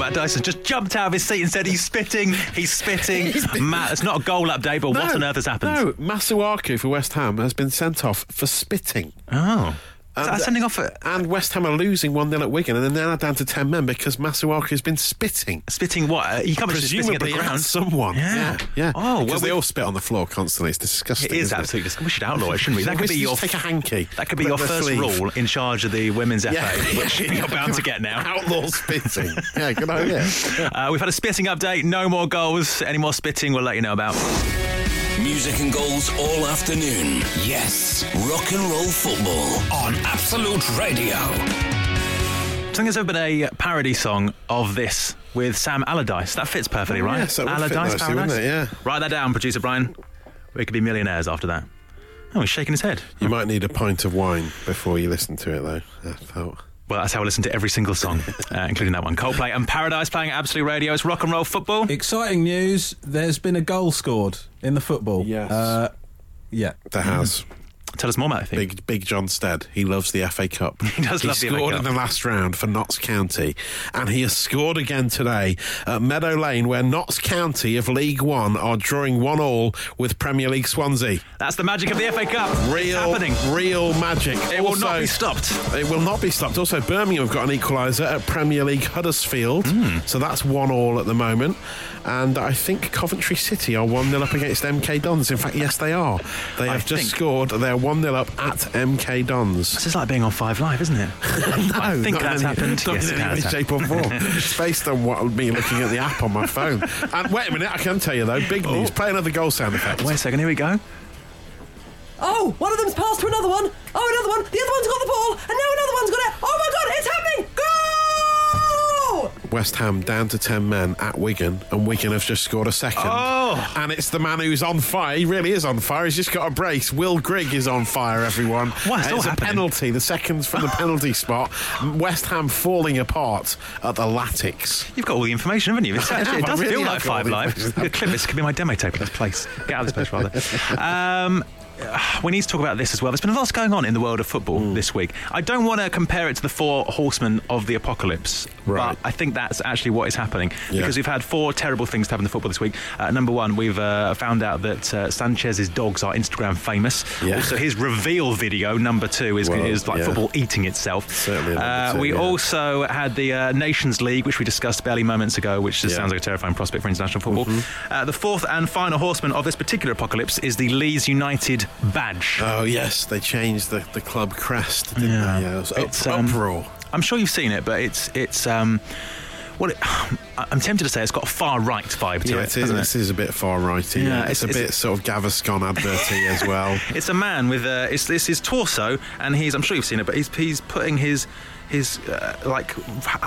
B: Matt Dyson just jumped out of his seat and said he's spitting. He's spitting. Matt, it's not a goal update, but what
C: No,
B: on earth has happened?
C: No, Masuaku for West Ham has been sent off for spitting.
B: Oh. Is that
C: And-
B: sending off a
C: And West Ham are losing 1 0 at Wigan, and then they're now down to 10 men because Masuaku has been spitting.
B: spitting what? Uh, You can't be just spitting at the
C: Presumably at
B: ground.
C: someone.
B: Yeah.
C: Yeah.
B: Oh, well,
C: because they
B: we-
C: all spit on the floor constantly. It's disgusting.
B: It is
C: isn't
B: absolutely disgusting. We should outlaw it, shouldn't we? That could
C: We
B: be
C: should
B: your
C: just take a hanky.
B: That could be
C: Put
B: your
C: the
B: first
C: sleeve.
B: rule in charge of the women's FA, which you're bound to get now.
C: Outlaw spitting. yeah, good idea.
B: Uh, we've had a spitting update. No more goals. Any more spitting? We'll let you know about.
A: Music and goals all afternoon. Yes, rock and roll football on Absolute Radio.
B: I think there's ever been a parody song of this with Sam Allardyce. That fits perfectly,
C: Oh,
B: right?
C: yes, that would fit
B: Allardyce,
C: nicely, wouldn't it? Yeah.
B: Write that down, producer Brian. We could be millionaires after that. Oh, he's shaking his head.
C: You might need a pint of wine before you listen to it, though. I thought.
B: Well, that's how I listen to every single song, uh, including that one. Coldplay and Paradise playing at Absolute Radio. It's rock and roll football.
G: Exciting news. There's been a goal scored in the football.
C: Yes.
G: Uh, yeah.
C: There has.
B: Tell us more about it. I think.
C: Big Big John Stead. He loves the FA Cup.
B: He does love the FA
C: scored
B: Cup.
C: in the last round for Notts County, and he has scored again today at Meadow Lane, where Notts County of League One are drawing one all with Premier League Swansea.
B: That's the magic of the FA Cup.
C: Real,
B: It's happening.
C: real magic.
B: It will not be stopped.
C: It will not be stopped. Also, Birmingham have got an equaliser at Premier League Huddersfield,
B: Hmm.
C: so that's one all at the moment. And I think Coventry City are one 0 up against MK Dons. In fact, yes, they are. They
B: I
C: have just
B: think-
C: scored. They're one 0 up at MK Dons.
B: This is like being on Five Live, isn't it? I think
C: not
B: that's
C: in any-
B: happened.
C: Not
B: Yes, it
C: in any
B: has happened.
C: shape or form. it's based on what me looking at the app on my phone. And wait a minute, I can tell you though, big
B: Oh.
C: news. Play another goal sound effect.
B: Wait a second. Here we go.
I: Oh, one of them's passed to another one. Oh, another one. The other one's got the ball, and now another one's got it. Oh my God, it's happening! Goal!
C: West Ham down to ten men at Wigan, and Wigan have just scored a second.
B: Oh,
C: And it's the man who's on fire. He really is on fire. He's just got a brace. Will Grigg is on fire, everyone.
B: Why, it's
C: And
B: all
C: it's a
B: happening.
C: penalty. The seconds from the penalty spot. West Ham falling apart at the Latics.
B: You've got all the information, haven't you? It's,
C: have,
B: it does
C: I really
B: feel like
C: have got all
B: Five
C: the
B: Live.
C: information.
B: The clip this could be my demo tape of this place. Get out of this place, rather. Um, we need to talk about this as well. There's been a lot going on in the world of football
C: Mm.
B: this week. I don't want to compare it to the four horsemen of the apocalypse,
C: Right.
B: but I think that's actually what is happening
C: Yeah.
B: because we've had four terrible things to happen to football this week. Uh, number one, we've uh, found out that uh, Sanchez's dogs are Instagram famous.
C: Yeah.
B: Also, his reveal video number two is,
C: Well,
B: is like
C: yeah.
B: football eating itself.
C: Certainly number
B: Uh,
C: two,
B: we
C: yeah.
B: also had the uh, Nations League, which we discussed barely moments ago, which just
C: Yeah. Mm-hmm.
B: sounds like a terrifying prospect for international football. Uh, the fourth and final horseman of this particular apocalypse is the Leeds United badge.
C: Oh, yes. They changed the, the club crest, didn't
B: Yeah.
C: they? Oh, Yeah, it was up-
B: It's, um,
C: uproar.
B: I'm sure you've seen it, but it's it's um, well, it, I'm tempted to say it's got a far right vibe to
C: Yeah,
B: it,
C: it is.
B: hasn't
C: This is a bit far righty.
B: Yeah,
C: Yeah,
B: it's-
C: it's, a bit
B: it's-
C: sort of Gaviscon adverty as well.
B: It's a man with uh, it's, it's his torso, and he's I'm sure you've seen it, but he's he's putting his his uh, like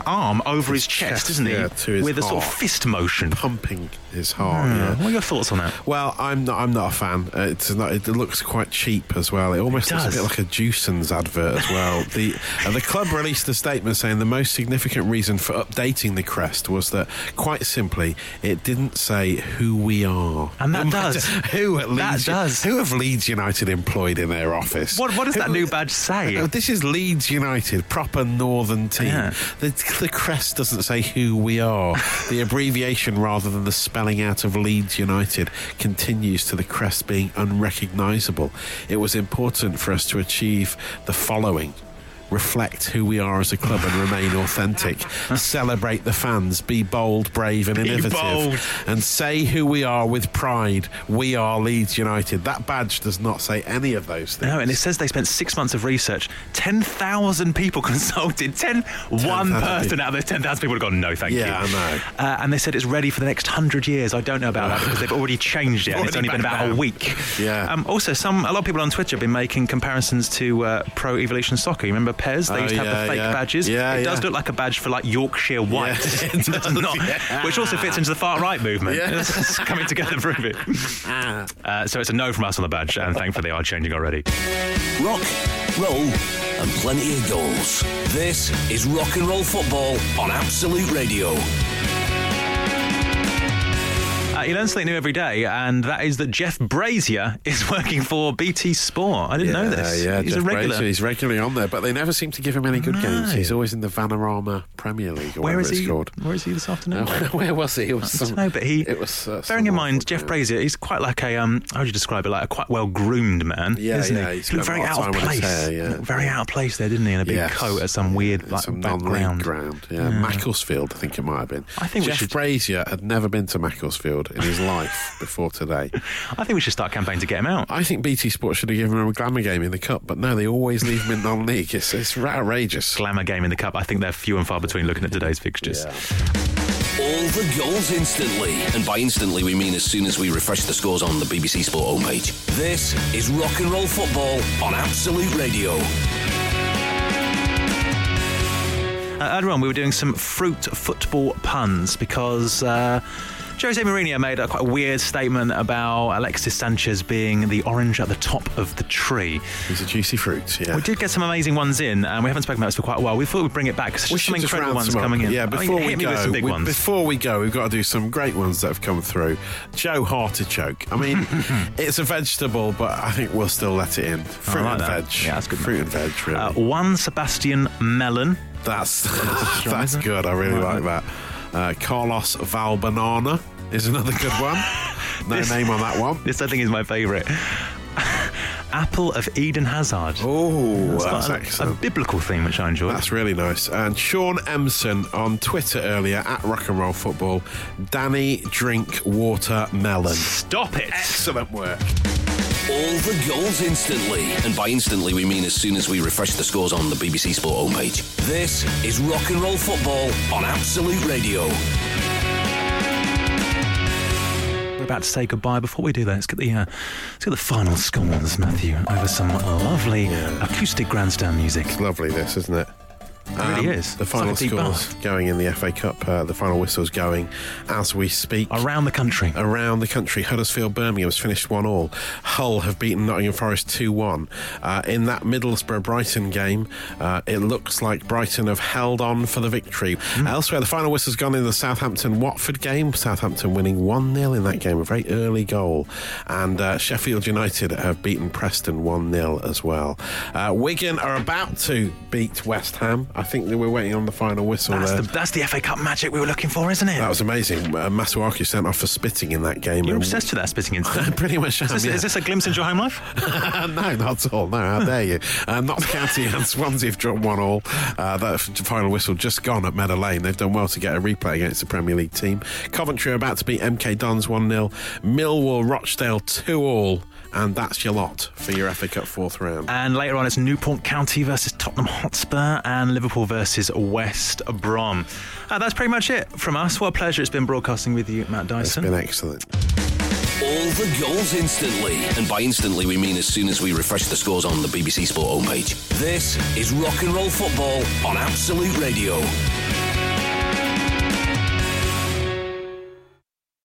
B: arm over his, chest,
C: chest,
B: isn't he?
C: yeah, to his
B: with a sort of
C: heart.
B: fist motion.
C: Pumping his heart.
B: Yeah.
C: Yeah.
B: What are your thoughts on that?
C: Well, I'm not. I'm not a fan. Uh, It's not, it looks quite cheap as well. It almost
B: It
C: looks a
B: does.
C: bit like a Juicens advert as well. the uh, The club released a statement saying the most significant reason for updating the crest was that, quite simply, it didn't say who we are,
B: And that
C: No matter
B: does.
C: who at
B: That
C: Leeds
B: does.
C: who have Leeds United employed in their office.
B: What what does
C: Who-
B: that new badge say?
C: Uh, This is Leeds United, proper northern team.
B: Yeah.
C: The, the crest doesn't say who we are. the abbreviation rather than the spelling out of Leeds United continues to the crest being unrecognisable. It was important for us to achieve the following. Reflect who we are as a club and remain authentic. Celebrate the fans. Be bold, brave, and innovative.
B: bold.
C: And say who we are with pride. We are Leeds United. That badge does not say any of those things.
B: No, and it says they spent six months of research. 10,000 people consulted. 10, one
C: 10,000
B: person
C: people.
B: out of those 10,000 people have gone, no, thank
C: Yeah,
B: you.
C: I know.
B: Uh, and they said it's ready for the next 100 years. I don't know about that because they've already changed it and it's
C: Already
B: only been
C: back
B: about a
C: down.
B: week.
C: Yeah.
B: Um, also, some a lot of people on Twitter have been making comparisons to uh, Pro Evolution Soccer. You remember PES? They
C: Oh,
B: used to have
C: yeah,
B: the fake
C: yeah.
B: badges.
C: Yeah,
B: it does
C: yeah.
B: look like a badge for like Yorkshire White.
C: Yeah,
B: it does not. Which also fits into the far right movement.
C: Yeah.
B: It's coming together for a bit. Uh, so it's a no from us on the badge, and thankfully they are changing already.
A: Rock, roll, and plenty of goals. This is Rock and Roll Football on Absolute Radio.
B: Uh, you learn something new every day, and that is that Jeff Brazier is working for BT Sport. I didn't know this.
C: Yeah,
B: he's
C: Jeff
B: a regular.
C: Brazier, he's regularly on there, but they never seem to give him any good games. He's always in the Vanarama Premier League. Or
B: Where
C: whatever
B: is
C: it's
B: he?
C: Called.
B: Where is he this afternoon?
C: Where was he? It was
B: I
C: some-
B: don't know, but he.
C: It was. uh,
B: bearing in
C: some
B: mind,
C: awful
B: Jeff
C: game.
B: Brazier, he's quite like a um. How would you describe it? Like a quite well groomed man,
C: Yeah,
B: isn't
C: yeah,
B: he?
C: he's
B: He looked
C: got a
B: very
C: lot of
B: out of
C: time on his
B: place.
C: hair, yeah.
B: Looked very out of place there, didn't he? In a big
C: Yes.
B: coat at some weird like
C: some non-league
B: background.
C: ground, yeah, Macclesfield, I think it might have been.
B: I think we
C: Jeff
B: should-
C: Brazier had never been to Macclesfield in his life before today.
B: I think we should start campaign to get him out.
C: I think BT Sport should have given him a glamour game in the cup, but no, they always leave him in non-league. It's, it's outrageous.
B: Glamour game in the cup. I think they're few and far between. Looking at today's fixtures.
A: All the goals instantly. And by instantly, we mean as soon as we refresh the scores on the BBC Sport homepage. This is Rock and Roll Football on Absolute Radio.
B: Uh, earlier on, we were doing some fruit football puns because uh, Jose Mourinho made a quite weird statement about Alexis Sanchez being the orange at the top of the tree.
C: He's a juicy fruit. Yeah.
B: We did get some amazing ones in, and we haven't spoken about this for quite a while. We thought we'd bring it back because
C: We
B: there's
C: should
B: some
C: just
B: incredible
C: round
B: ones
C: some up.
B: coming in.
C: Yeah,
B: I mean,
C: before
B: hit
C: we
B: me
C: go,
B: with some big
C: we-
B: ones.
C: before we go, we've got to do some great ones that have come through. Joe Hartichoke. I mean, it's a vegetable, but I think we'll still let it in. Fruit
B: like
C: and
B: that.
C: veg.
B: Yeah, that's good
C: Fruit and veg, really.
B: uh, Juan Sebastian Melon.
C: that's that's good. I really like that. Uh, Carlos Valbanana is another good one. No
B: This-
C: name on that one.
B: This, I think, is my favourite. Apple of Eden Hazard.
C: Oh,
B: It's
C: that's
B: got a, a
C: excellent.
B: biblical theme, which I enjoy.
C: That's really nice. And Sean Emson on Twitter earlier at Rock and Roll Football. Danny drink water melon.
B: Stop it!
C: Excellent work.
A: All the goals instantly. And by instantly, we mean as soon as we refresh the scores on the BBC Sport homepage. This is Rock and Roll Football on Absolute Radio.
B: We're about to say goodbye. Before we do that, let's get the uh, let's get the final scores, Matthew, over some lovely acoustic grandstand music.
C: It's lovely, this, isn't it?
B: It really is.
C: Um, The
B: It's like
C: final
B: a deep
C: scores going in the FA Cup. Uh, the final whistle's going as we speak.
B: Around the country.
C: around the country. Huddersfield Birmingham's finished 1 all. Hull have beaten Nottingham Forest 2 1. Uh, in that Middlesbrough Brighton game, uh, it looks like Brighton have held on for the victory.
B: Hmm.
C: Elsewhere, the final whistle's gone in the Southampton Watford game. Southampton winning 1 0 in that game, a very early goal. And uh, Sheffield United have beaten Preston 1 0 as well. Uh, Wigan are about to beat West Ham. I think that we're waiting on the final whistle
B: That's
C: there.
B: the, that's the FA Cup magic we were looking for, isn't it?
C: that was amazing. Uh, Masuaki sent off for spitting in that game.
B: You're
C: And-
B: obsessed with that spitting incident.
C: Pretty much am,
B: Is this,
C: yeah.
B: is this a glimpse into your home life?
C: no, not at all. No, how dare you? Uh, Notts County and Swansea have drawn one all. Uh, that f- final whistle just gone at Meadow Lane. They've done well to get a replay against the Premier League team. Coventry are about to beat MK Dons 1 0. Millwall, Rochdale 2 all. And that's your lot for your FA Cup fourth round.
B: And later on, it's Newport County versus Tottenham Hotspur and Liverpool versus West Brom. Uh, that's pretty much it from us. What a pleasure it's been broadcasting with you, Matt
C: It's
B: Dyson.
C: been excellent.
A: All the goals instantly. And by instantly, we mean as soon as we refresh the scores on the BBC Sport homepage. This is Rock and Roll Football on Absolute Radio.